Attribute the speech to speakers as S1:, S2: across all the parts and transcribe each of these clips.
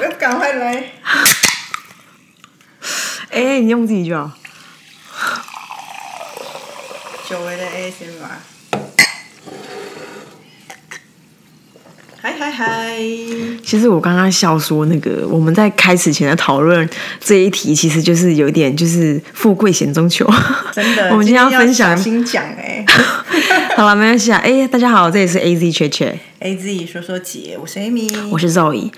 S1: 那赶快来，
S2: 哎、你用自己就好。
S1: 久违的 ASMR。嗨嗨嗨！
S2: 其实我刚刚笑说，那个我们在开始前的讨论这一题，其实就是有点就是富贵险中求。
S1: 真的，
S2: 我们今天要分
S1: 要
S2: 享
S1: 小。心讲哎、
S2: 好了，没关系啊。哎、大家好，这里是 AZ 缺缺，
S1: A Z 说说姐，我是 Amy，
S2: 我是 Zoe。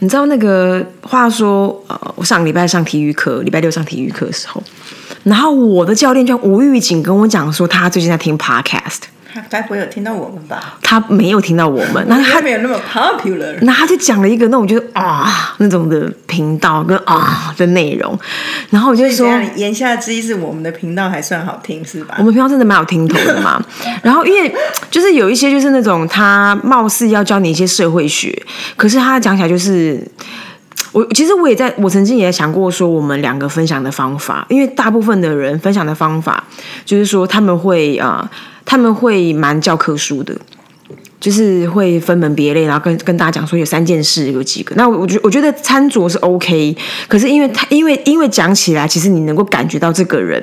S2: 你知道那个话说，呃，我上礼拜上体育课，礼拜六上体育课的时候，然后我的教练就无预警跟我讲说，他最近在听 podcast，
S1: 他该不会有听到我们吧？
S2: 他没有听到我们，那
S1: 应该
S2: 他
S1: 没有那么 popular。
S2: 那他就讲了一个那种就是啊那种的频道跟啊的内容，然后我就
S1: 这
S2: 说。
S1: 样言下之意是我们的频道还算好听是吧
S2: 我？们频道真的蛮有听头的嘛，然后因为就是有一些就是那种他貌似要教你一些社会学，可是他讲起来就是我其实我也在我曾经也想过说我们两个分享的方法，因为大部分的人分享的方法就是说他们会啊、呃他们会蛮教科书的，就是会分门别类，然后跟跟大家讲说有三件事，有几个。那我觉我觉得餐桌是 OK，可是因为他因为因为讲起来，其实你能够感觉到这个人，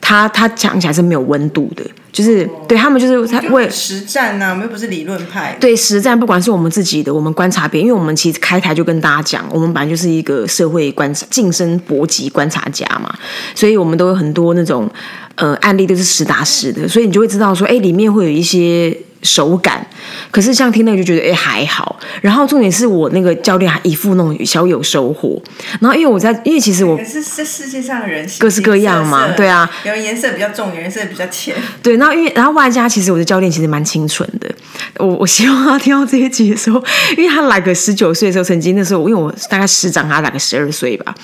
S2: 他他讲起来是没有温度的，就是对他们就是他为
S1: 实战呐、啊，我们又不是理论派。
S2: 对实战，不管是我们自己的，我们观察别人，因为我们其实开台就跟大家讲，我们本来就是一个社会观察、晋升搏击观察家嘛，所以我们都有很多那种呃案例都是实打实的，所以你就会知道说，哎，里面会有一些手感。可是像听那个就觉得，哎，还好。然后重点是我那个教练还一副那种小有收获。然后因为我在，因为其实我
S1: 可是这世界上的人
S2: 各式各样
S1: 形
S2: 嘛
S1: 形色色
S2: 对啊，
S1: 有颜色比较重，有颜色比较浅。
S2: 对，然后因为然后外加，其实我的教练其实蛮清纯的。我我希望他听到这一集的时候，因为他来个十九岁的时候，曾经那时候，因为我大概师长他来个十二岁吧，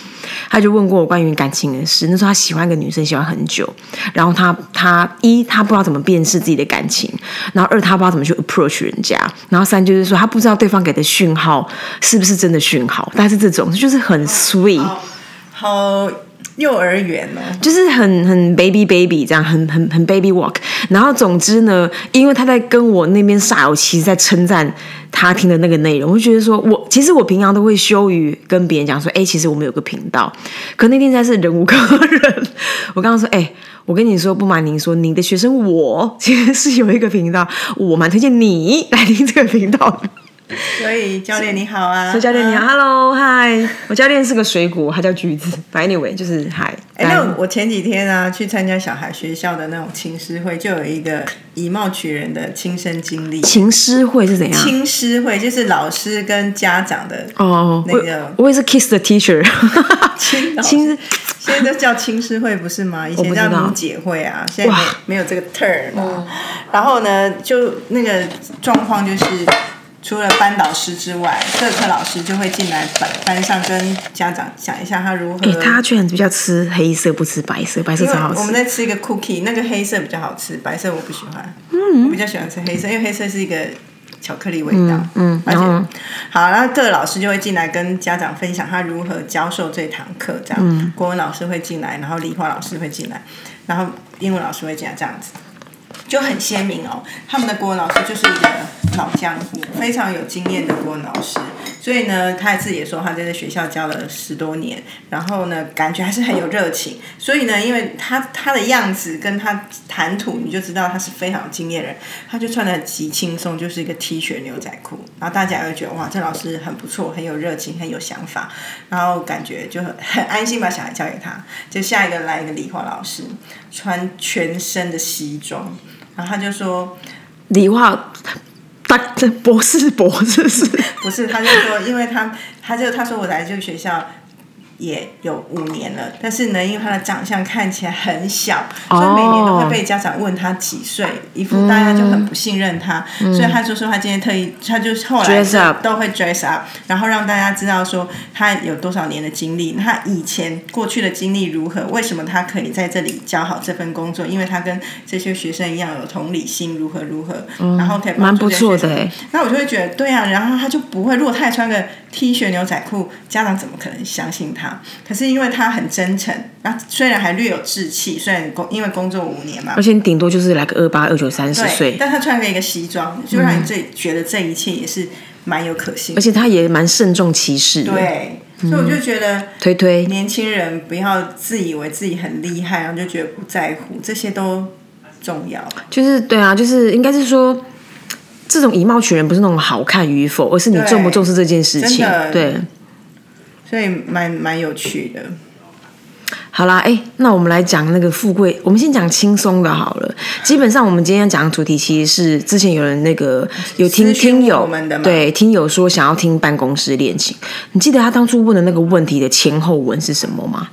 S2: 他就问过我关于感情的事。那时候他喜欢一个女生，喜欢很久，然后他他一他不知道怎么辨识自己的感情，然后二他不知道怎么去 approach 人家，然后三就是说他不知道对方给的讯号是不是真的讯号，但是这种就是很 sweet。
S1: 好幼儿园哦，
S2: 就是很很 baby baby 这样，很很很 baby walk。然后总之呢，因为他在跟我那边煞有其事在称赞他听的那个内容，我就觉得说我其实我平常都会羞于跟别人讲说，哎、其实我们有个频道。可那天真的是忍无可忍，我刚刚说，哎、我跟你说，不瞒您说，您的学生我 其实是有一个频道，我蛮推荐你来听这个频道的。
S1: 啊所以教练你好啊，
S2: 所以教练你好，Hello，嗨，我教练是个水果，他叫橘子。反正 anyway 就是嗨。
S1: 哎、
S2: 来
S1: 那我我前几天啊，去参加小孩学校的那种亲师会，就有一个以貌取人的亲身经历。
S2: 情诗会是怎样？
S1: 亲师会就是老师跟家长的，
S2: 哦，
S1: 那个
S2: 我我也是 kiss the teacher，哎
S1: 亲老师
S2: 亲
S1: 现在都叫亲师会不是吗？以前
S2: 不知
S1: 叫
S2: 道
S1: 母姐会啊，现在没
S2: 哇
S1: 没有这个 term 啊。然后呢，就那个状况就是，除了班导师之外，各科老师就会进来班班上跟家长讲一下他如何。
S2: 诶他居然比较吃黑色，不吃白色，白色
S1: 嗯因为
S2: 超好
S1: 我们
S2: 吃。
S1: 在吃一个 cookie，那个黑色比较好吃，白色我不喜欢。我比较喜欢吃黑色，因为黑色是一个巧克力味道。
S2: 嗯嗯
S1: 而且
S2: 然后
S1: 好，然后各老师就会进来跟家长分享他如何教授这堂课，这样。嗯国文老师会进来，然后理化老师会进来，然后英文老师会进来，这样子。就很鲜明哦。他们的国文老师就是一个老江湖，非常有经验的国文老师，所以呢，他自己也说他在这学校教了十多年，然后呢，感觉还是很有热情。所以呢，因为他他的样子跟他谈吐，你就知道他是非常有经验的人。他就穿的极轻松，就是一个 T 恤牛仔裤，然后大家也会觉得哇，这老师很不错，很有热情，很有想法，然后感觉就很很安心把小孩交给他。就下一个来一个理化老师，穿全身的西装。然后他就说，
S2: 理化大博士博士是
S1: 不是，他就说，因为他，他就他说我来这个学校也有五年了，但是呢，因为他的长相看起来很小，所以每年都
S2: 哦
S1: 会被家长问他几岁，一副大家就
S2: 嗯
S1: 很不信任他，所以他就说他今天特意，他就后来
S2: Dress up
S1: 都会 dress up，然后让大家知道说他有多少年的经历，他以前过去的经历如何，为什么他可以在这里教好这份工作，因为他跟这些学生一样有同理心，如何如何，然后可以帮
S2: 嗯蛮
S1: 助
S2: 不
S1: 这些
S2: 错
S1: 学
S2: 的
S1: 生啊
S2: 哎、
S1: 那我就会觉得，对啊，然后他就不会，如果他也穿个 T 恤牛仔裤，家长怎么可能相信他？可是因为他很真诚，然后虽然还略有志气，虽然工因为工作五年嘛
S2: 而，且你顶呃多就是来个二八二九三十
S1: 对，
S2: 岁，
S1: 但他穿了一个西装，就让你最觉得这一切也是蛮有可信
S2: 而。且他也蛮慎重其事的。，
S1: 对，所以我就觉得
S2: 推推，
S1: 年轻人不要自以为自己很厉害，然后就觉得不在乎，这些都重要。
S2: 就是对啊，就是应该是说，这种以貌取人不是那种好看与否，而是你
S1: 对
S2: 重不重视这件事情
S1: 真的。
S2: 对，
S1: 所以蛮蛮有趣的。
S2: 好啦，哎、那我们来讲那个富贵，我们先讲轻松的好了。基本上我们今天讲的主题其实是之前有人那个有听
S1: 私讯
S2: 听友
S1: 我们的吗
S2: 对听友说想要听办公室恋情，你记得他当初问的那个问题的前后文是什么吗？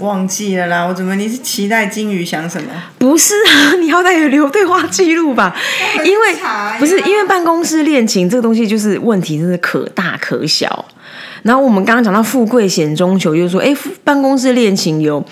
S1: 忘记了啦，我怎么你是期待金鱼想什么？
S2: 不是啊，你好歹也留对话记录吧，
S1: 很啊
S2: 因为
S1: 长呀
S2: 不是因为办公室恋情这个东西，就是问题真的可大可小。然后我们刚刚讲到富贵险中求，就是说，哎，富办公室恋情有，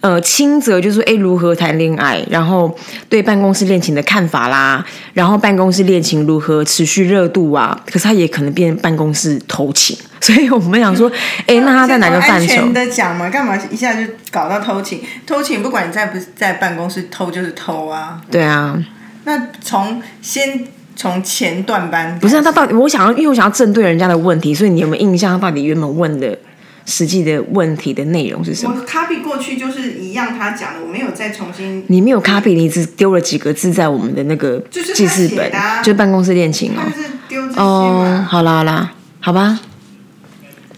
S2: 呃，轻则就是说，哎，如何谈恋爱，然后对办公室恋情的看法啦，然后办公室恋情如何持续热度啊，可是它也可能变成办公室偷情，所以我们想说，哎，那它在哪个范
S1: 安
S2: 畴
S1: 全？的讲嘛，干嘛一下就搞到偷情？偷情不管你在不在办公室偷就是偷啊。
S2: 对啊，
S1: 那从先从前段班
S2: 不是、啊、他到底，我想要，因为我想要正对人家的问题，所以你有没有印象他到底原本问的实际的问题的内容是什么？
S1: 我 copy 过去就是一样，他讲的，我没有再重新。
S2: 你没有 copy，你只丢了几个字在我们的那个
S1: 就是他
S2: 记事
S1: 写
S2: 本
S1: 的，啊
S2: 就办公室恋情
S1: 他
S2: 哦
S1: 就。是丢这些
S2: 哦，
S1: 嘛。
S2: 好啦好啦，好吧。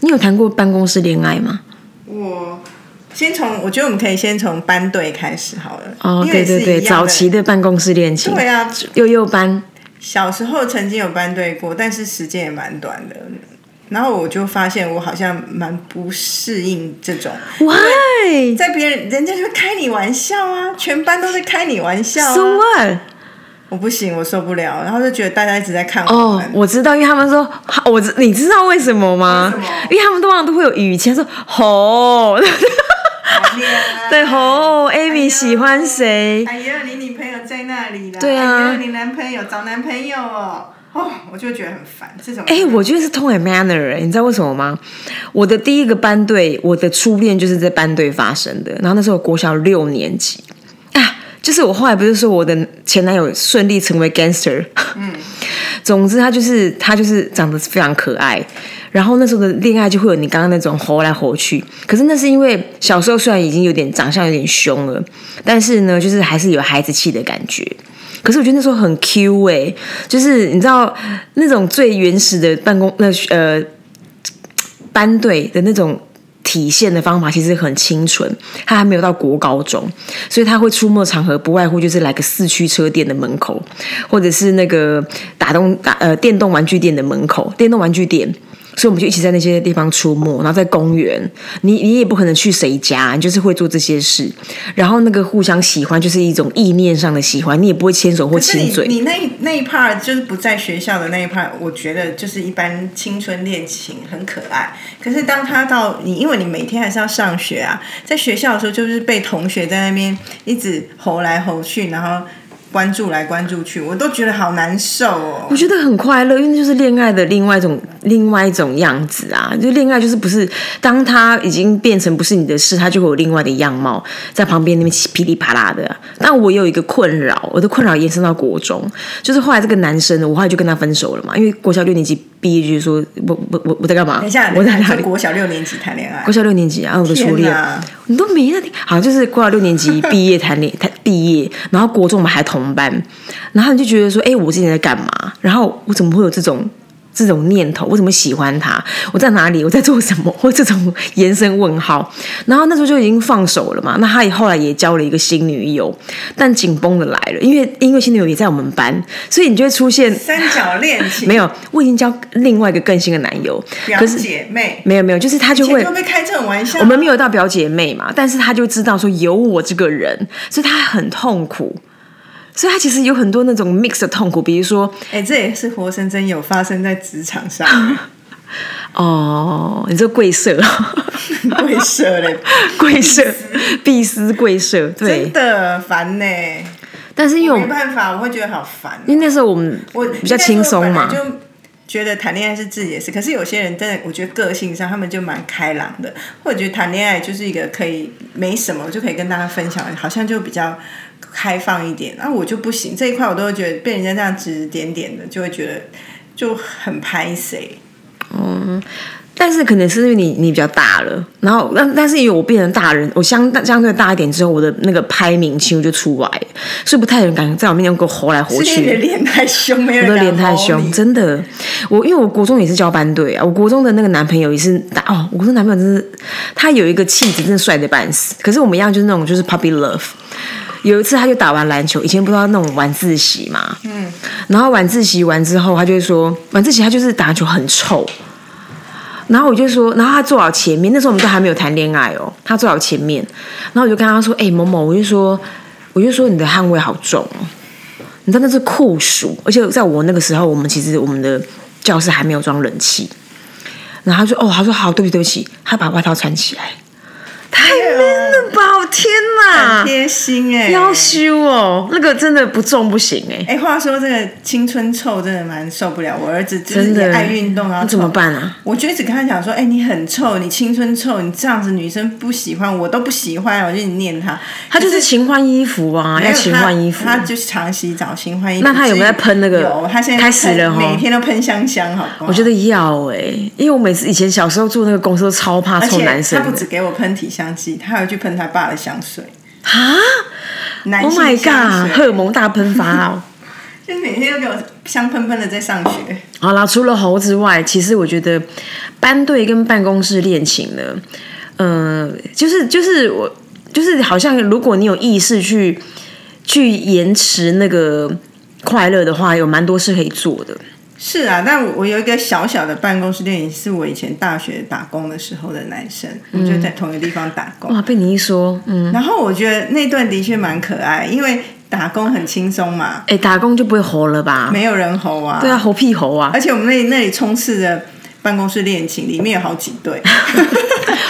S2: 你有谈过办公室恋爱吗？
S1: 我先从，我觉得我们可以先从班队开始好了。
S2: 哦，
S1: 因为
S2: 对
S1: 也是
S2: 对对，
S1: 一样
S2: 早
S1: 的
S2: 期的办公室恋情，
S1: 对啊，
S2: 幼幼班，
S1: 小时候曾经有班队过，但是时间也蛮短的。然后我就发现我好像蛮不适应这种，
S2: 喂，
S1: 在别人人家就会开你玩笑啊，全班都在开你玩笑、啊
S2: So。what？哦
S1: 我不行，我受不了，然后就觉得大家一直在看我
S2: 哦
S1: 们，，
S2: 我知道，因为他们说，我知你知道为什么吗？
S1: 为什么
S2: 因为他们通常都会有语气，他说哦吼，
S1: 谈恋爱
S2: 对吼
S1: 啊哎呦
S2: ，Amy 喜欢谁？
S1: 哎呀，你女朋友在那里啦，
S2: 对啊
S1: 哎呀，你男朋友找男朋友哦，哦，我就觉得很烦这种。
S2: 哎、我觉得是通 o manner，、欸、你知道为什么吗？我的第一个班队，我的初恋就是在班队发生的。然后那时候我国小六年级啊，就是我后来不是说我的前男友顺利成为 gangster，嗯， 总之他就是他就是长得非常可爱。然后那时候的恋爱就会有你刚刚那种吼来吼去，可是那是因为小时候虽然已经有点长相有点凶了，但是呢，就是还是有孩子气的感觉。可是我觉得那时候很 Q 哎、就是你知道那种最原始的办公那呃班队的那种体现的方法，其实很清纯。他还没有到国高中，所以他会出没的场合不外乎就是来个四驱车店的门口，或者是那个打动打呃电动玩具店的门口，电动玩具店。所以我们就一起在那些地方出没，然后在公园，你你也不可能去谁家，你就是会做这些事。然后那个互相喜欢就是一种意念上的喜欢，你也不会牵手或
S1: 可是
S2: 亲
S1: 你
S2: 嘴。
S1: 你那一那一 part 就是不在学校的那一 part，我觉得就是一般青春恋情很可爱。可是当他到你，因为你每天还是要上学啊，在学校的时候就是被同学在那边一直吼来吼去，然后关注来关注去，我都觉得好难受哦。
S2: 我觉得很快乐，因为那就是恋爱的另外一种另外一种样子啊！就恋爱就是不是当它已经变成不是你的事，它就会有另外的样貌在旁边那边噼里啪啦的。但我有一个困扰，我的困扰延伸到国中，就是后来这个男生，我后来就跟他分手了嘛，因为国小六年级毕业就说我我我我在干嘛？
S1: 等一下，
S2: 我在
S1: 你
S2: 哪
S1: 说
S2: 里？
S1: 国小六年级谈恋爱
S2: 国，小六年级啊，我的初
S1: 天
S2: 恋
S1: 哪，
S2: 你都没在听，好像就是国小六年级毕业谈恋谈毕业，然后国中我们还同班，然后你就觉得说，哎、我之前在干嘛？然后我怎么会有这种这种念头？我怎么喜欢他？我在哪里？我在做什么？或这种延伸问号。然后那时候就已经放手了嘛，那他也后来也交了一个新女友，但紧绷的来了，因为因为新女友也在我们班，所以你就会出现
S1: 三角恋情，
S2: 没有，我已经交另外一个更新的男友，
S1: 表
S2: 可是
S1: 姐妹，
S2: 没有没有，就是他就
S1: 以
S2: 会
S1: 前都被开这种玩笑
S2: 我。们没有到表姐妹嘛，但是她就知道说有我这个人，所以她很痛苦。所以她其实有很多那种 mix 的痛苦，比如说，
S1: 哎、这也是活生生有发生在职场上，
S2: 哦，你这贵社，
S1: 会社嘞，
S2: 贵社，必思贵社，对
S1: 真。的烦呢、
S2: 但是因为我
S1: 没
S2: 们，
S1: 办法，我会觉得好烦哦、
S2: 因为那时候我们
S1: 我
S2: 比较轻松嘛
S1: 应，该说我本来就觉得谈恋爱是自己的事。可是有些人真的，我觉得个性上他们就蛮开朗的，或者觉得谈恋爱就是一个可以没什么就可以跟大家分享，好像就比较啊开放一点。那、我就不行，这一块我都会觉得被人家这样指指点点的，就会觉得就很欸拍谁。
S2: 但是可能是因为你你比较大了，然后但但是因为我变成大人，我相相对大一点之后，我的那个拍明星就出来了，所以不太有人敢在我面前给我吼来吼
S1: 是因为你的
S2: 去。
S1: 脸太凶，没有
S2: 我
S1: 人
S2: 的
S1: 敢
S2: 脸太
S1: 摸
S2: 凶，
S1: 你
S2: 真的。我因为我国中也是交班队啊，我国中的那个男朋友也是打哦，我国中男朋友真是他有一个气质，真的帅的半死。可是我们一样就是那种就是 puppy love。有一次他就打完篮球，以前不知道那种晚自习嘛，嗯，然后晚自习完之后，他就会说晚自习他就是打球很臭。然后我就说，然后他坐好前面，那时候我们都还没有谈恋爱哦，他坐好前面，然后我就跟他说，哎、某某，我就说，我就说你的汗味好重哦，你知道那是酷暑，而且在我那个时候，我们其实我们的教室还没有装冷气。然后他说：“哦，他说好，对不起，对不起。”他把外套穿起来，太 man 了吧！我天哪，
S1: 贴心哎、
S2: 啊要羞哦，那个真的不重不行哎、
S1: 哎、话说这个青春臭真的蛮受不了。我儿子就是
S2: 真
S1: 也
S2: 的
S1: 爱运动，然后
S2: 那
S1: 臭
S2: 怎么？办啊？
S1: 我就一直跟他讲说，哎、你很臭，你青春臭，你这样子女生不喜欢，我都不喜欢，我就一直念他。
S2: 他就是勤换衣服啊，
S1: 没
S2: 要
S1: 有
S2: 勤换衣服。
S1: 他，他就是常洗澡，勤换衣服。
S2: 那他有没有在喷那个
S1: 有，他现在
S2: 开始
S1: 喷
S2: 了哦
S1: 每天都喷香香，好不好？
S2: 我觉得要哎、因为我每次以前小时候住那个公司都超怕
S1: 而
S2: 臭
S1: 且
S2: 男生
S1: 他不
S2: 的
S1: 止给我喷体香剂，他还有去喷他爸的香水，
S2: 啊
S1: 男
S2: ！Oh
S1: 性
S2: my
S1: 香
S2: god，荷
S1: 水，
S2: 尔蒙大喷发哦。
S1: 就每天都给我香喷喷的在上学。
S2: 好啦，除了猴之外，其实我觉得班队跟办公室恋情呢，嗯、就是就是我就是好像如果你有意识去去延迟那个快乐的话，有蛮多事可以做的。
S1: 是啊，但我我有一个小小的办公室恋情，是我以前大学打工的时候的男生，
S2: 嗯
S1: 我们就在同一个地方打工。
S2: 哇，被你一说，嗯，
S1: 然后我觉得那段的确蛮可爱，因为打工很轻松嘛，
S2: 哎、打工就不会猴了吧？
S1: 没有人吼啊。
S2: 对啊，猴屁猴啊
S1: 而，且我们那里那里充斥着办公室恋情，里面有好几对，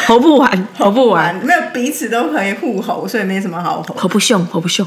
S2: 猴 不完，猴 不完，
S1: 没有彼此都可以互吼，所以没什么好吼。
S2: 猴不凶，猴不凶。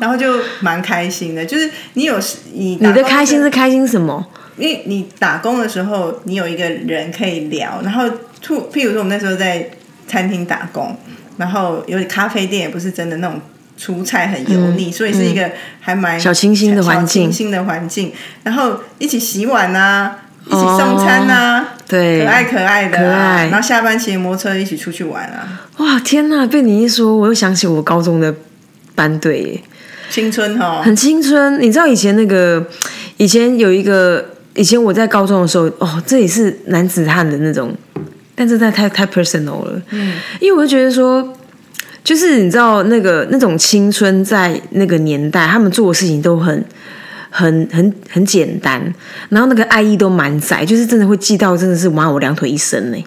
S1: 然后就蛮开心的，就是你有你打
S2: 你的
S1: 工
S2: 开心
S1: 时
S2: 是开心什么？
S1: 因为你打工的时候，你有一个人可以聊，然后突，譬如说我们那时候在餐厅打工，然后有咖啡店也不是真的那种出菜很油腻，所以是一个还蛮
S2: 嗯小清新的环境
S1: 小清新的环境，然后一起洗碗啊，一起送餐啊，
S2: 哦对，
S1: 可爱可爱的、啊，
S2: 可爱
S1: 然后下班骑摩托车一起出去玩啊，
S2: 哇，天呐！被你一说，我又想起我高中的班队耶。
S1: 青春 哦，
S2: 很青春。你知道以前那个，以前有一个，以前我在高中的时候，哦，这也是男子汉的那种，但这太太太 personal 了。嗯，因为我就觉得说，就是你知道那个那种青春在那个年代，他们做的事情都很。很很很简单，然后那个爱意都蛮窄，就是真的会记到，真的是哇，我两腿一伸呢、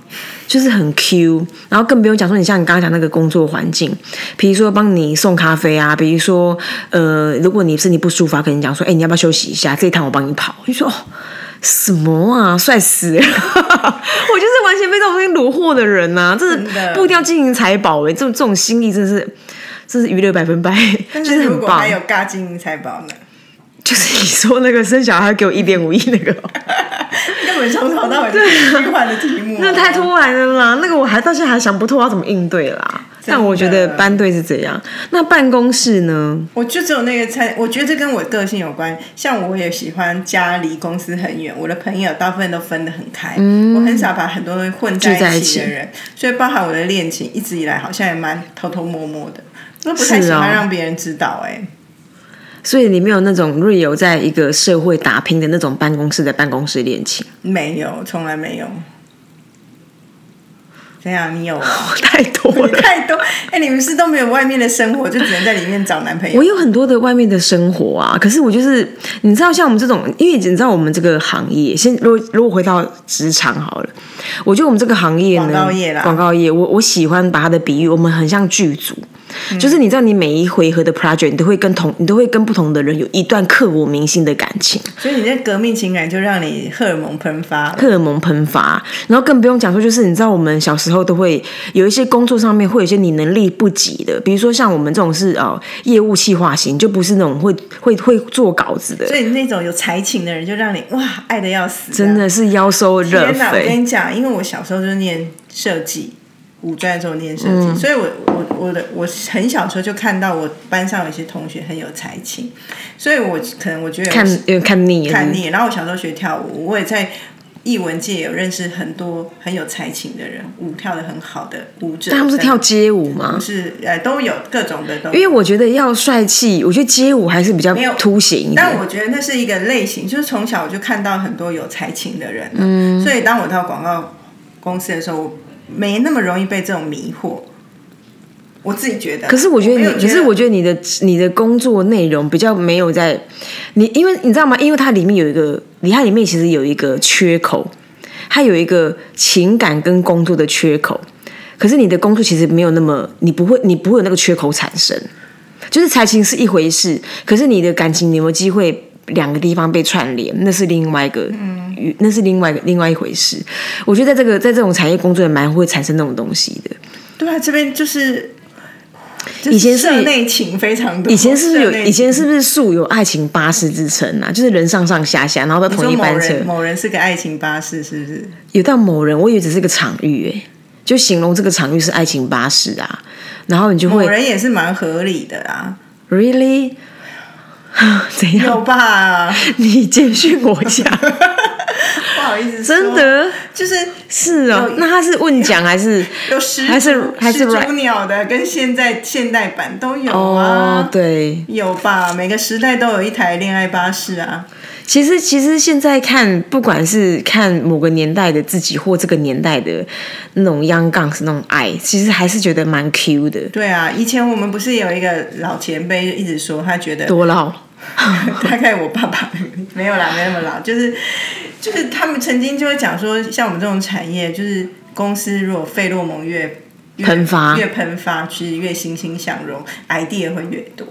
S2: 就是很 Q，然后更不用讲说你像你刚刚讲那个工作环境，比如说帮你送咖啡啊，比如说呃，如果你身体不舒服啊，跟你讲说，哎、你要不要休息一下？这一趟我帮你跑，我就说哦，什么啊，帅死了！ 我就是完全被这种东西虏获的人呐、真
S1: 真
S2: 的
S1: 的
S2: 不一定要金银财宝哎、这种这种心意真的是，这是娱乐百分百，
S1: 但
S2: 就是
S1: 是如
S2: 很
S1: 果
S2: 棒
S1: 还。有尬金银财宝呢，
S2: 就是你说那个生小孩给我一点五亿 那个哦、
S1: 根本从头到尾就是虚幻的题目、啊，
S2: 那太突然了啦！那个我还到现在还想不透要怎么应对啦。
S1: 真的
S2: 但我觉得班队是这样，那办公室呢？
S1: 我就只有那个餐，我觉得这跟我个性有关。像我也喜欢家离公司很远，我的朋友大部分都分得很开，我很少把很多东西混
S2: 嗯聚在
S1: 在
S2: 一
S1: 一
S2: 起
S1: 起的人，所以包含我的恋情，一直以来好像也蛮偷偷摸摸的，我不太喜
S2: 是
S1: 欢
S2: 哦
S1: 让别人知道、哎、
S2: 所以你没有那种 real 在一个社会打拼的那种办公室的办公室恋情，
S1: 没有，从来没有。怎样？你有 啊？
S2: 太多
S1: 你
S2: 了。
S1: 太多哎、你们是都没有外面的生活，就只能在里面找男朋友
S2: 我。有很多的外面的生活啊，可是我就是你知道，像我们这种，因为你知道我们这个行业，先如果如果回到职场好了，我觉得我们这个行业呢，
S1: 广告业啦
S2: 广告业，我我喜欢把它的比喻，我们很像剧组。
S1: 嗯
S2: 就是你知道，你每一回合的 project，你都会跟同，你都会跟不同的人有一段刻骨铭心的感情。
S1: 所以你这革命情感就让你荷尔蒙喷发了。
S2: 荷尔蒙喷发，然后更不用讲说，就是你知道我们小时候都会有一些工作上面会有一些你能力不及的，比如说像我们这种是呃业务企划型，就不是那种会会会做稿子的，
S1: 所以那种有才情的人，就让你哇爱的要死。
S2: 真的是腰收热
S1: 天哪！我跟
S2: 绯。
S1: 你讲，因为我小时候就念设计，五专的时候念设
S2: 嗯
S1: 计，所以我我我的我很小时候就看到我班上有一些同学很有才情，所以我可能我觉得
S2: 看有点看嗯腻了。
S1: 叛逆。然后我小时候学跳舞，我也在艺文界有认识很多很有才情的人，舞跳的很好的舞者。
S2: 但他们是跳街舞
S1: 不
S2: 吗？
S1: 是呃都有各种的都
S2: 因
S1: 有。
S2: 为我觉得要帅气，我觉得街舞还是比较
S1: 没有
S2: 凸显一
S1: 但
S2: 点。
S1: 我觉得那是一个类型，就是从小我就看到很多有才情的人，嗯，所以当我到广告公司的时候，我没那么容易被这种迷惑。我自己觉得，
S2: 可是我觉得
S1: 没
S2: 你
S1: 有，
S2: 可是我觉得你的你的工作内容比较没有在你，因为你知道吗？因为它里面有一个，它里面其实有一个缺口，它有一个情感跟工作的缺口。可是你的工作其实没有那么，你不会，你不会有那个缺口产生。就是才情是一回事，可是你的感情你有没有机会两个地方被串联，那是另外一个，嗯，那是另外一个另外一回事。我觉得在这个在这种产业工作也蛮会产生那种东西的。
S1: 对啊，这边就是。
S2: 以前是
S1: 社内情非常多，
S2: 以前是不是有
S1: 社内
S2: 以前是不是素有爱情巴士之称啊？就是人上上下下，然后到
S1: 你说
S2: 同一
S1: 某
S2: 班车
S1: 人，某人是个爱情巴士，是不是？
S2: 有到某人，我以为只是个场域、欸，就形容这个场域是爱情巴士啊。然后你就
S1: 某
S2: 会
S1: 人也是蛮合理的 啦，
S2: really 怎
S1: 有
S2: 样？
S1: 吧？
S2: 你简讯我一下，
S1: 不好意思说，
S2: 真的
S1: 就是
S2: 是哦
S1: 有。
S2: 那他是问讲还是
S1: 有始
S2: 还是还是
S1: 始祖
S2: right？
S1: 鸟的，跟现在现代版都有
S2: 哦
S1: 啊，，
S2: 对，
S1: 有吧？每个时代都有一台恋爱巴士啊。
S2: 其实其实现在看，不管是看某个年代的自己，或这个年代的那种 young guns 那种爱，其实还是觉得蛮 Q 的。
S1: 对啊，以前我们不是有一个老前辈一直说，他觉得
S2: 多老，
S1: 大概我爸爸没有啦，没那么老，就是就是他们曾经就会讲说，像我们这种产业，就是公司如果费洛蒙越越
S2: 喷发
S1: 越喷发，其实越欣欣向荣，idea 会越 多。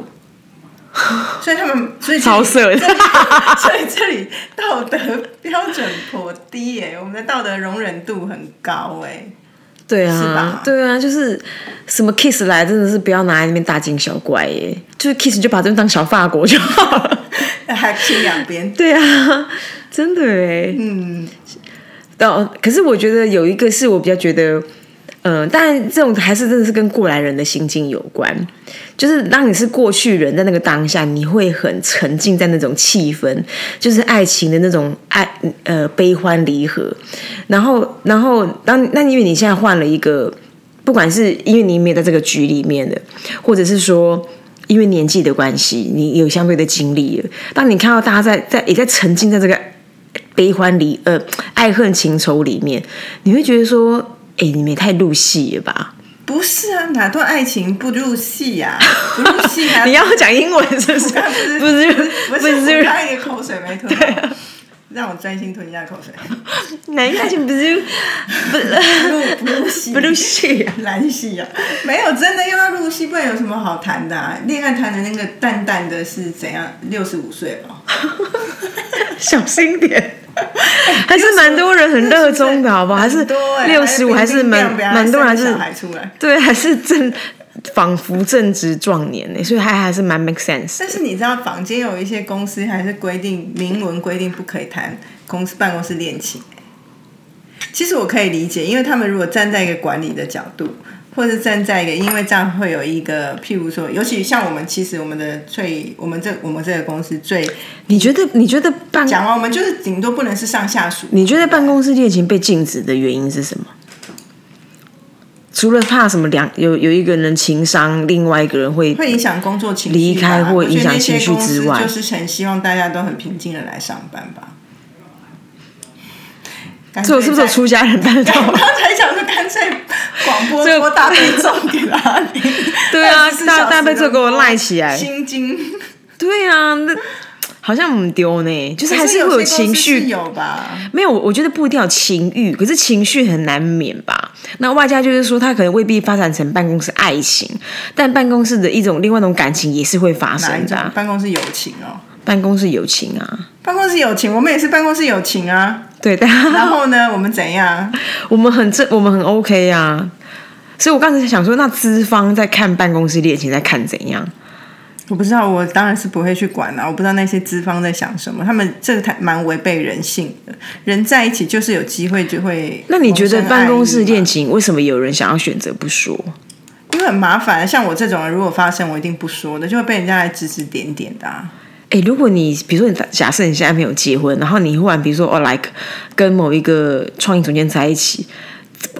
S1: 所以他们，所以这里
S2: 超色的
S1: 这里所以这里道德标准颇低耶、我们的道德容忍度很高哎、
S2: 对
S1: 是
S2: 啊
S1: 吧，
S2: 对啊，就是什么 kiss 来，真的是不要拿来那边大惊小怪耶，就是 kiss 你就把这边当小法国就好了。
S1: 还偏两边，
S2: 对啊，真的哎，
S1: 嗯，
S2: 哦，可是我觉得有一个是我比较觉得，嗯、当然这种还是真的是跟过来人的心境有关，就是当你是过去人，在那个当下，你会很沉浸在那种气氛，就是爱情的那种爱，呃，悲欢离合。然后，然后，当那因为你现在换了一个，不管是因为你没有在这个局里面的，或者是说。因为年纪的关系，你有相对的经历了。当你看到大家在在也在沉浸在这个悲欢离呃爱恨情仇里面，你会觉得说，哎、你们也太入戏了吧？
S1: 不是啊，哪段爱情不入戏呀、不入戏 还
S2: 你要讲英文是不是？
S1: 刚不是
S2: 不是
S1: 不是，
S2: 不
S1: 我
S2: 是，
S1: 刚一个口水没吞好，让我专心吞一下口水。
S2: 哪一个就不是
S1: 不入戏，
S2: 不入戏啊？
S1: 蓝戏啊，没有真的又要入戏，不然有什么好谈的啊？恋爱谈的那个淡淡的是怎样？六十五岁吧，
S2: 小心点。还是蛮多人很热衷的，好不好？还是
S1: 很多欸
S2: 六十五，还是蛮
S1: 冰冰凉凉
S2: 蛮多人还
S1: 生
S2: 是
S1: 小孩出来。
S2: 对，还是正仿佛正值壮年呢，所以还还是蛮 make sense 的。
S1: 但是你知道，坊间有一些公司还是规定明文规定不可以谈公司办公室恋情。其实我可以理解，因为他们如果站在一个管理的角度，或者站在一个，因为这样会有一个，譬如说，尤其像我们，其实我们的最，我们这我们这个公司最
S2: 你觉得？你觉得办？
S1: 讲完，我们就是顶多不能是上下属，
S2: 你觉得办公室恋情被禁止的原因是什么？除了怕什么两有有一个人情商，另外一个人会
S1: 会影响工作情绪吧，
S2: 离开或
S1: 我觉得
S2: 影响
S1: 那些
S2: 情绪
S1: 公司
S2: 之外
S1: 就是很希望大家都很平静的来上班吧。感
S2: 这
S1: 觉
S2: 我是不是有
S1: 在
S2: 出家人办 得
S1: 我
S2: 到？
S1: 刚才想说，干脆广播
S2: 这个
S1: 播大悲咒给他听。
S2: 对啊
S1: 24，
S2: 大大悲
S1: 小时
S2: 咒给我赖起
S1: 的
S2: 来。
S1: 心经，
S2: 对啊，那好像很丢呢，就是还
S1: 可是
S2: 会
S1: 有
S2: 有
S1: 些公司
S2: 情
S1: 是
S2: 绪。
S1: 有吧？
S2: 没有，我我觉得不一定要有情欲，可是情绪很难免吧。那外加就是说，他可能未必发展成办公室爱情，但办公室的一种另外一种感情也是会发
S1: 哪一
S2: 生的
S1: 种
S2: 啊、
S1: 办公室友情哦？
S2: 办公室友情啊，
S1: 办公室友情，我们也是办公室友情 啊。
S2: 对，大家
S1: 然后呢，我们怎样？
S2: 我们很正，我们很 OK 啊。所以我刚才想说，那资方在看办公室恋情在看怎样？
S1: 我不知道，我当然是不会去管啊啦、我不知道那些资方在想什么，他们这个太蛮违背人性的。人在一起就是有机会就会。
S2: 那你觉啊得办公室恋？情为什么有人想要选择不说？
S1: 因为很麻烦，啊像我这种人，如果发生，我一定不说的，就会被人家来指指点点的、啊。
S2: 哎、如果你比如说你假设你现在没有结婚，然后你忽然比如说哦，like 跟某一个创意总监在一起，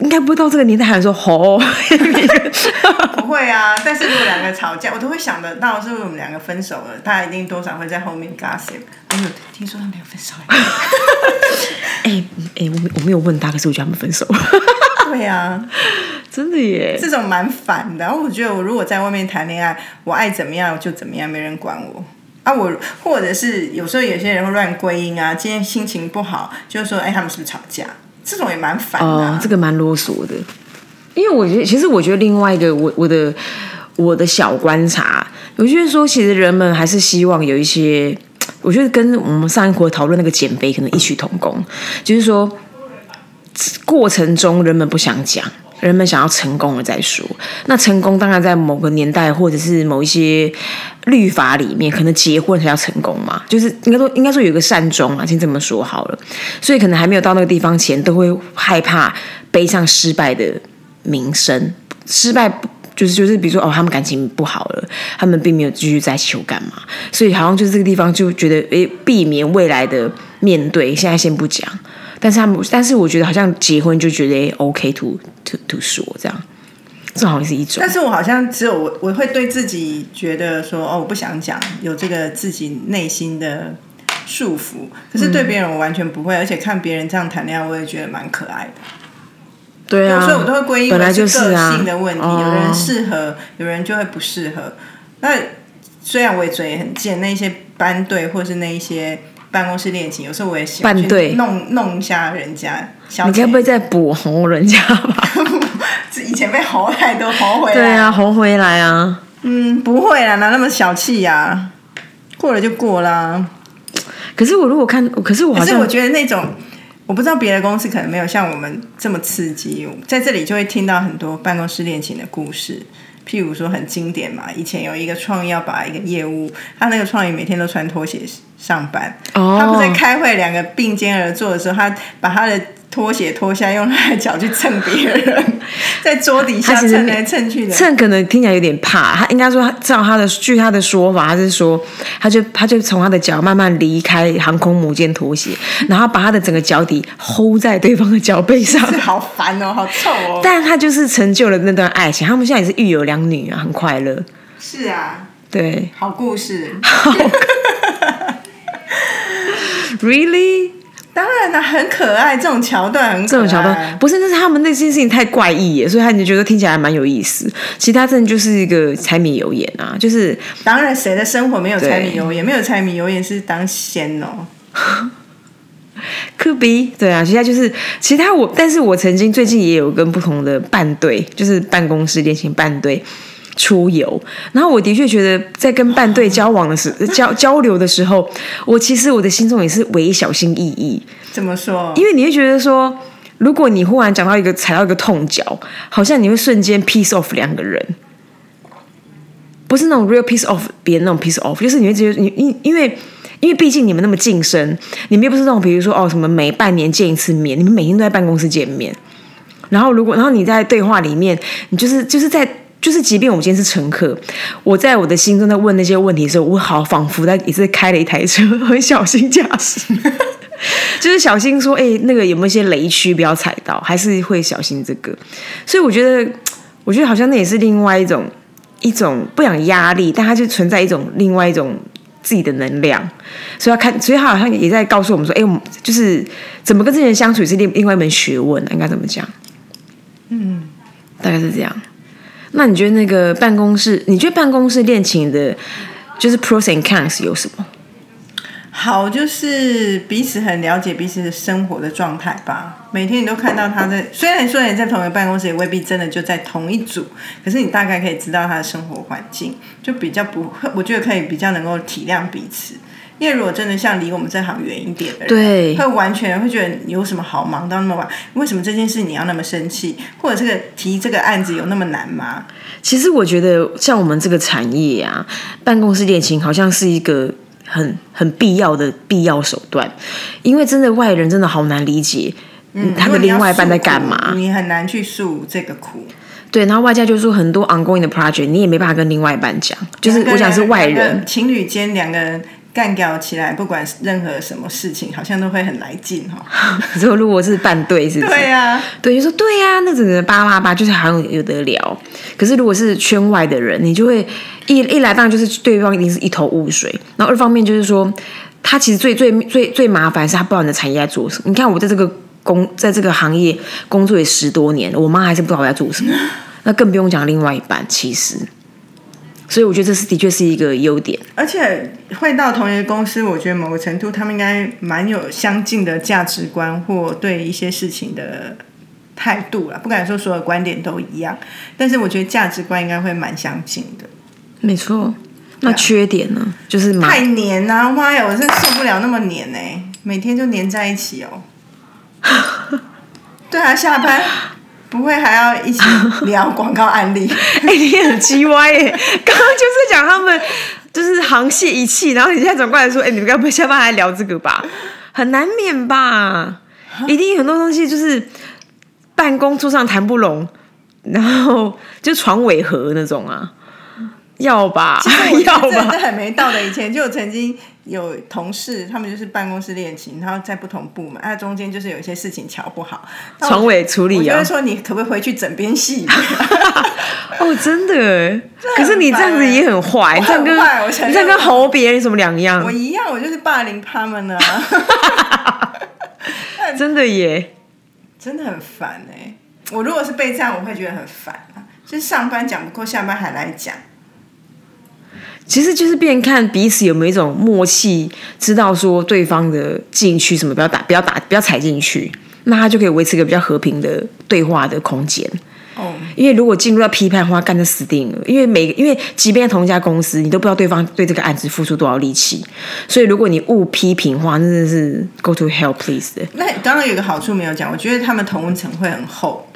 S2: 应该不会到这个年代还说哦吼。
S1: 不会啊，但是如果两个吵架，我都会想得到，是不是我们两个分手了，大家一定多少会在后面 gossip。哎呦，听说他们有分手了。
S2: 哎哎、我没我没有问他，可是我觉得他们分手，
S1: 对啊，
S2: 真的耶。
S1: 这种蛮烦的。然后我觉得我如果在外面谈恋爱，我爱怎么样就怎么样，没人管我。啊我，或者是有时候有些人会乱归因啊，今天心情不好，就说哎、他们是不是吵架？这种也蛮烦的、啊
S2: 哦，这个蛮啰嗦的。因为我觉得，其实我觉得另外一个我我的我的小观察，我觉得说，其实人们还是希望有一些，我觉得跟我们上一回讨论那个减肥可能异曲同工，就是说过程中人们不想讲。人们想要成功了再说，那成功当然在某个年代或者是某一些律法里面，可能结婚才叫成功嘛，就是应该说应该说有一个善终啊，先这么说好了。所以可能还没有到那个地方前，都会害怕背上失败的名声，失败不就是就是比如说哦，他们感情不好了，他们并没有继续在一起，又干嘛？所以好像就是这个地方就觉得诶，避免未来的面对，现在先不讲。但是他们，但是我觉得好像结婚就觉得诶 OK to to to 说这样，这好像是一种
S1: 但。是我好像只有我，我会对自己觉得说，哦，我不想讲，有这个自己内心的束缚。可是对别人我完全
S2: 嗯
S1: 不会，而且看别人这样谈恋爱，我也觉得蛮可爱的。
S2: 对啊，
S1: 所以我都会归因
S2: 本来
S1: 为
S2: 就是是
S1: 个
S2: 啊
S1: 性的问题，
S2: 哦
S1: 有人适合，有人就会不适合。那虽然我也嘴很贱，那一些班队或是那一些办公室恋情，有时候我也喜欢
S2: 班队
S1: 去弄弄一下人家。消
S2: 你该不
S1: 遣
S2: 会在补红人家吧？
S1: 以前被吼太多，吼回来。
S2: 对 啊，红回来啊！
S1: 嗯，不会啦，哪那么小气呀、过了就过啦。
S2: 可是我如果看，可是我好
S1: 可是我
S2: 像
S1: 觉得那种，我不知道别的公司可能没有像我们这么刺激，在这里就会听到很多办公室恋情的故事。譬如说很经典嘛，以前有一个创意要把一个业务，他那个创意每天都穿拖鞋上班，他不是，
S2: 哦
S1: 在开会两个并肩而坐的时候，他把他的拖鞋脱下，用他的脚去蹭别人， 在桌底下
S2: 他其实
S1: 蹭来蹭去的，
S2: 趁可能听起来有点怕，他应该说他，照他的据他的说法，他是说，他就他就从他的脚慢慢离开航空母舰拖鞋，然后把他的整个脚底 hold 在对方的脚背上。
S1: 这好烦哦，好臭哦。
S2: 但他就是成就了那段爱情，他们现在也是育有两女啊，很快乐。
S1: 是啊，
S2: 对
S1: 好故事。
S2: ，really
S1: 当然了，很可爱，这种桥段很可
S2: 这
S1: 爱。
S2: 种桥段不是，但是他们那件事情太怪异耶，所以他就觉得听起来还蛮有意思。其他真的就是一个柴米油盐啊，就是
S1: 当然谁的生活没有柴米
S2: 对
S1: 油盐？没有柴米油盐是当仙哦。
S2: could be 对啊，其他就是其他我，但是我曾经最近也有跟不同的伴队，就是办公室恋情伴队。出游，然后我的确觉得，在跟伴队交往的时交交流的时候，我其实我的心中也是微小心翼翼，
S1: 怎么说？
S2: 因为你会觉得说，如果你忽然讲到一个踩到一个痛脚，好像你会瞬间 piece off 两个人，不是那种 real piece off 别人那种 piece off，就是你会觉得你因因为。因为毕竟你们那么近身，你们又不是那种比如说哦什么每半年见一次面，你们每天都在办公室见面。然后如果然后你在对话里面，你就是就是在就是，即便我今天是乘客，我在我的心中在问那些问题的时候，我好仿佛在也是开了一台车，很小心驾驶。就是小心说，哎、那个有没有一些雷区不要踩到，还是会小心这个。所以我觉得，我觉得好像那也是另外一种一种不讲压力，但它就存在一种另外一种自己的能量。所以要看，所以它好像也在告诉我们说，哎、我们就是怎么跟这些人相处也是另另外一门学问、啊，应该怎么讲？嗯，大概是这样。那你觉得那个办公室？你觉得办公室恋情的，就是 pros and cons 有什么？
S1: 好，就是彼此很了解彼此的生活的状态吧。每天你都看到他在，虽然说你在同一个办公室，也未必真的就在同一组，可是你大概可以知道他的生活环境，就比较不会，我觉得可以比较能够体谅彼此。因为如果真的像离我们这行远一点的人，
S2: 对
S1: 会完全会觉得你有什么好忙到那么晚？为什么这件事你要那么生气？或者这个提这个案子有那么难吗？
S2: 其实我觉得，像我们这个产业啊，办公室恋情好像是一个很很必要的必要手段，因为真的外人真的好难理解，嗯，他的嗯另外一半在干嘛
S1: 如果？你要诉苦你很难去诉这个苦。
S2: 对，然后外加就是说很多 ongoing 的 project，你也没办法跟另外一半讲，就是我讲是外
S1: 两
S2: 人
S1: 个，情侣间两个人干掉起来，不管任何什么事情，好像都会很来劲哈。
S2: 之 后如果是半对，是不是？
S1: 对啊呀、
S2: 对，就说对呀、那整个叭叭叭，就是好像有得聊。可是如果是圈外的人，你就会一一来，当然就是对方一定是一头雾水。然后二方面就是说，他其实最最最最麻烦是他不知道你的产业在做什么。你看我在这个工在这个行业工作也十多年了，我妈还是不知道我在做什么，那更不用讲另外一半。其实，所以我觉得这是的确是一个优点。
S1: 而且会到同一个公司，我觉得某个程度他们应该蛮有相近的价值观或对一些事情的态度啦。不敢说所有观点都一样，但是我觉得价值观应该会蛮相近的。
S2: 没错，那缺点呢，就是麻
S1: 太黏啊！妈呀，我真受不了那么黏哎、每天就黏在一起 哦。对啊，下班不会还要一起聊广告案例，
S2: 哎、你很鸡歪耶！ 刚刚就是讲他们就是沆瀣一气，然后你现在转过来说，哎、你们该不会下班还聊这个吧？很难免吧？一定很多东西就是办公桌上谈不拢，然后就床尾和那种啊，要吧
S1: 其实我？
S2: 要
S1: 觉得真
S2: 吧
S1: 的？很没道德。以前就曾经有同事，他们就是办公室恋情，然后在不同部门，啊，中间就是有一些事情瞧不好，那我
S2: 床尾处
S1: 我
S2: 理
S1: 就
S2: 啊
S1: 会！说你可不可以回去整编 戏？
S2: 哦，真的耶，可是你这样子也很坏，
S1: 我
S2: 你这样
S1: 很
S2: 跟
S1: 欸坏我承认
S2: 你这样跟侯别人有什么两
S1: 我
S2: 样？
S1: 一样，我就是霸凌他们呢、
S2: 真的耶。
S1: 真的很烦哎、我如果是被这样，我会觉得很烦啊。就是上班讲不够，下班还来讲。
S2: 其实就是变看彼此有没有一种默契，知道说对方的禁区什么不要打，不要打，不要踩进去，那他就可以维持一个比较和平的对话的空间。
S1: 哦，
S2: 因为如果进入到批判的话，干就死定了。因为每因为即便同一家公司，你都不知道对方对这个案子付出多少力气，所以如果你误批评的话，那真的是 go to hell please 的。
S1: 那当然有个好处没有讲，我觉得他们同温层会很厚，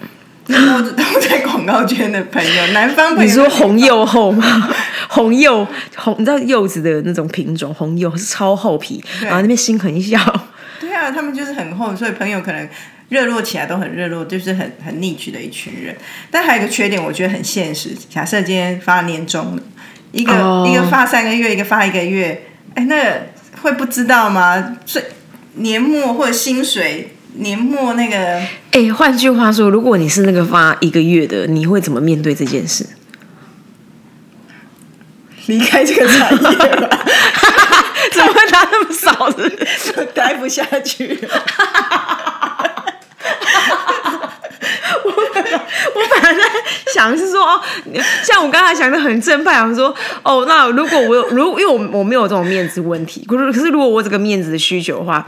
S1: 都都在广告圈的朋友，南方朋友。
S2: 你说红柚厚吗？红柚红，你知道柚子的那种品种，红柚是超厚皮，
S1: 对
S2: 然后那边心很小。
S1: 对啊，他们就是很厚，所以朋友可能热络起来都很热络，就是很很 niche 的一群人。但还有一个缺点，我觉得很现实。假设今天发年终了，一个、
S2: 哦
S1: 一个发三个月，一个发一个月，哎，那个会不知道吗？所以年末或者薪水，年末那个
S2: 哎、换句话说，如果你是那个发一个月的，你会怎么面对这 件事？
S1: 离开这个产业吧，
S2: 怎么会拿那么少的？
S1: 待不下去了。
S2: 我本来在想是说，哦，像我刚才想的很正派，想说，哦，那如果我有，如因为我我没有这种面子问题，可是可是如果我有这个面子的需求的话，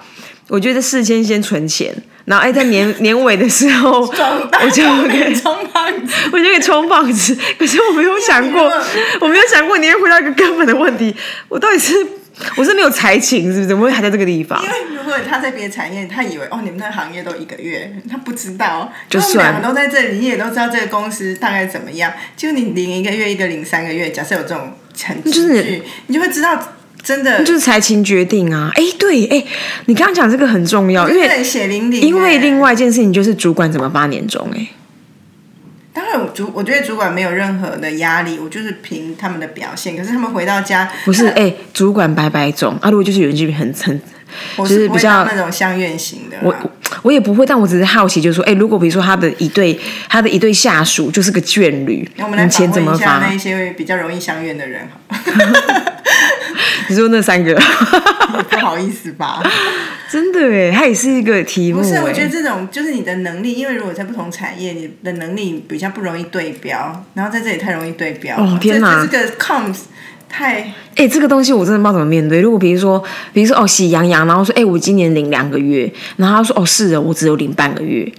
S2: 我觉得事先先存钱，然后哎、在年年尾的时候，
S1: 装大
S2: 我就可以。
S1: 装胖子。
S2: 我就可以冲棒子，可是我没有想过
S1: 你有，
S2: 我没有想过你会回到一个根本的问题，我到底是我是没有才情，是不是？怎么会还在这个地 方
S1: 因？为如果他在别的产业，他以为哦你们那行业都一个月，他不知道，
S2: 就
S1: 他们两
S2: 算
S1: 个都在这里，你也都知道这个公司大概怎么样。就你领一个月，一个领三个月，假设有这种成绩
S2: 就是
S1: 去，你就会知道真的
S2: 就是才情决定啊！哎，对，哎，你刚刚讲这个很重要，因
S1: 真的
S2: 为
S1: 很血淋淋欸。
S2: 因为另外一件事情就是主管怎么发年终，哎，
S1: 当然我主我觉得主管没有任何的压力，我就是凭他们的表现。可是他们回到家，
S2: 不 是哎，主管白白中啊！如果就是有人就很很，
S1: 我
S2: 就是
S1: 不
S2: 比
S1: 会
S2: 较
S1: 当那种相怨型的啦。
S2: 我我我也不会，但我只是好奇，就是说，哎，如果比如说他的一对他的一对下属就是个眷侣，
S1: 那我们来
S2: 你钱怎
S1: 访问
S2: 么
S1: 一下那
S2: 发
S1: 一？些比较容易相怨的人，好，
S2: 你说那三个，
S1: 不好意思吧？
S2: 真的哎，它也是一个题目
S1: 不
S2: 哎。
S1: 是，啊我觉得这种就是你的能力，因为如果在不同产业，你的能力比较不容易对标，然后在这里太容易对标。
S2: 哦天哪
S1: 这这个 comes 太
S2: 哎、这个东西我真的不知道怎么面对。如果比如说，比如说哦，喜羊羊，然后说，哎、我今年领两个月，然后他说，哦，是的，我只有领半个月。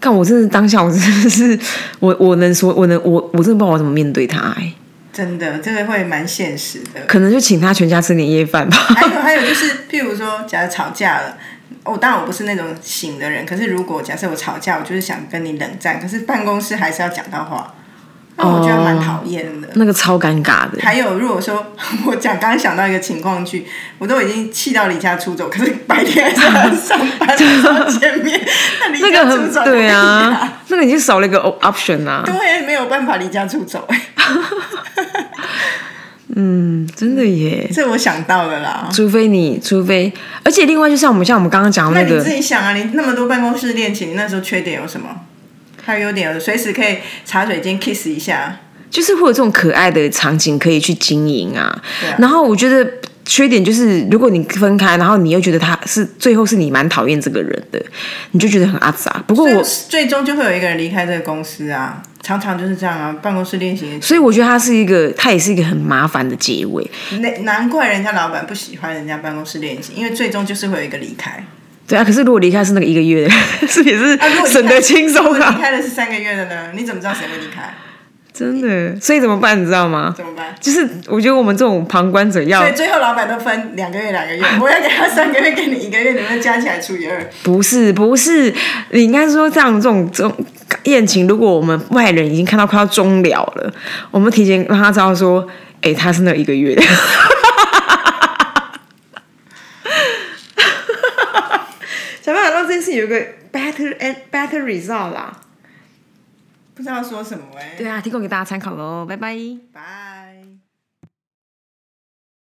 S2: 但我真的当下，我真的是，我我能说，我能，我我真的不知道我怎么面对他、哎，
S1: 真的，这个会蛮现实的。
S2: 可能就请他全家吃年夜饭吧。
S1: 还有还有就是，譬如说，假如吵架了，我、当然我不是那种醒的人，可是如果假设我吵架，我就是想跟你冷战，可是办公室还是要讲到话，那我觉得
S2: 哦
S1: 蛮讨厌的。
S2: 那个超尴尬的，
S1: 还有，如果说我讲，刚刚想到一个情况剧，我都已经气到离家出走，可是白天还 是要上班，还是要见面，那离
S2: 那
S1: 家
S2: 个
S1: 出
S2: 很
S1: 走，
S2: 对，啊，那个已经少了一个 op- option 啊，
S1: 对，没有办法离家出走、
S2: 真的耶。
S1: 这我想到了啦。
S2: 除非你，除非，而且另外就像我们像我们刚刚讲的
S1: 那
S2: 那
S1: 你
S2: 个
S1: 自，己想啊，你那么多办公室恋情，你那时候缺点有什么？还有优点有什么，随时可以茶水间 kiss 一下。
S2: 就是会有这种可爱的场景可以去经营啊。
S1: 对啊
S2: 然后我觉得缺点就是，如果你分开，然后你又觉得他是最后是你蛮讨厌这个人的，你就觉得很阿杂。不过
S1: 最
S2: 我，
S1: 最终就会有一个人离开这个公司啊，常常就是这样啊。办公室恋情，
S2: 所以我觉得他是一个，他也是一个很麻烦的结尾。
S1: 难难怪人家老板不喜欢人家办公室恋情，因为最终就是会有一个离开。
S2: 对啊，可是如果离开是那个一个月的， 是也是
S1: 啊如果离开
S2: 省得 轻松
S1: 如果离
S2: 啊，
S1: 开的是三个月的呢？你怎么知道谁会离开？
S2: 真的。所以怎么办，你知道吗？
S1: 怎么办？
S2: 就是我觉得我们这种旁观者要
S1: 所以最后老板都分两个月两个月，我要给他三个月，给你一个月，你们加起来除以二。
S2: 不是不是，你应该说这样这种这种宴情，如果我们外人已经看到快要终了了，我们提前让他知道说，哎、他是那一个月的。 想办法让这件事有一个 better and better result 啦。
S1: 不知道说什么哎、
S2: 对啊，提供给大家参考喽，拜拜。
S1: 拜。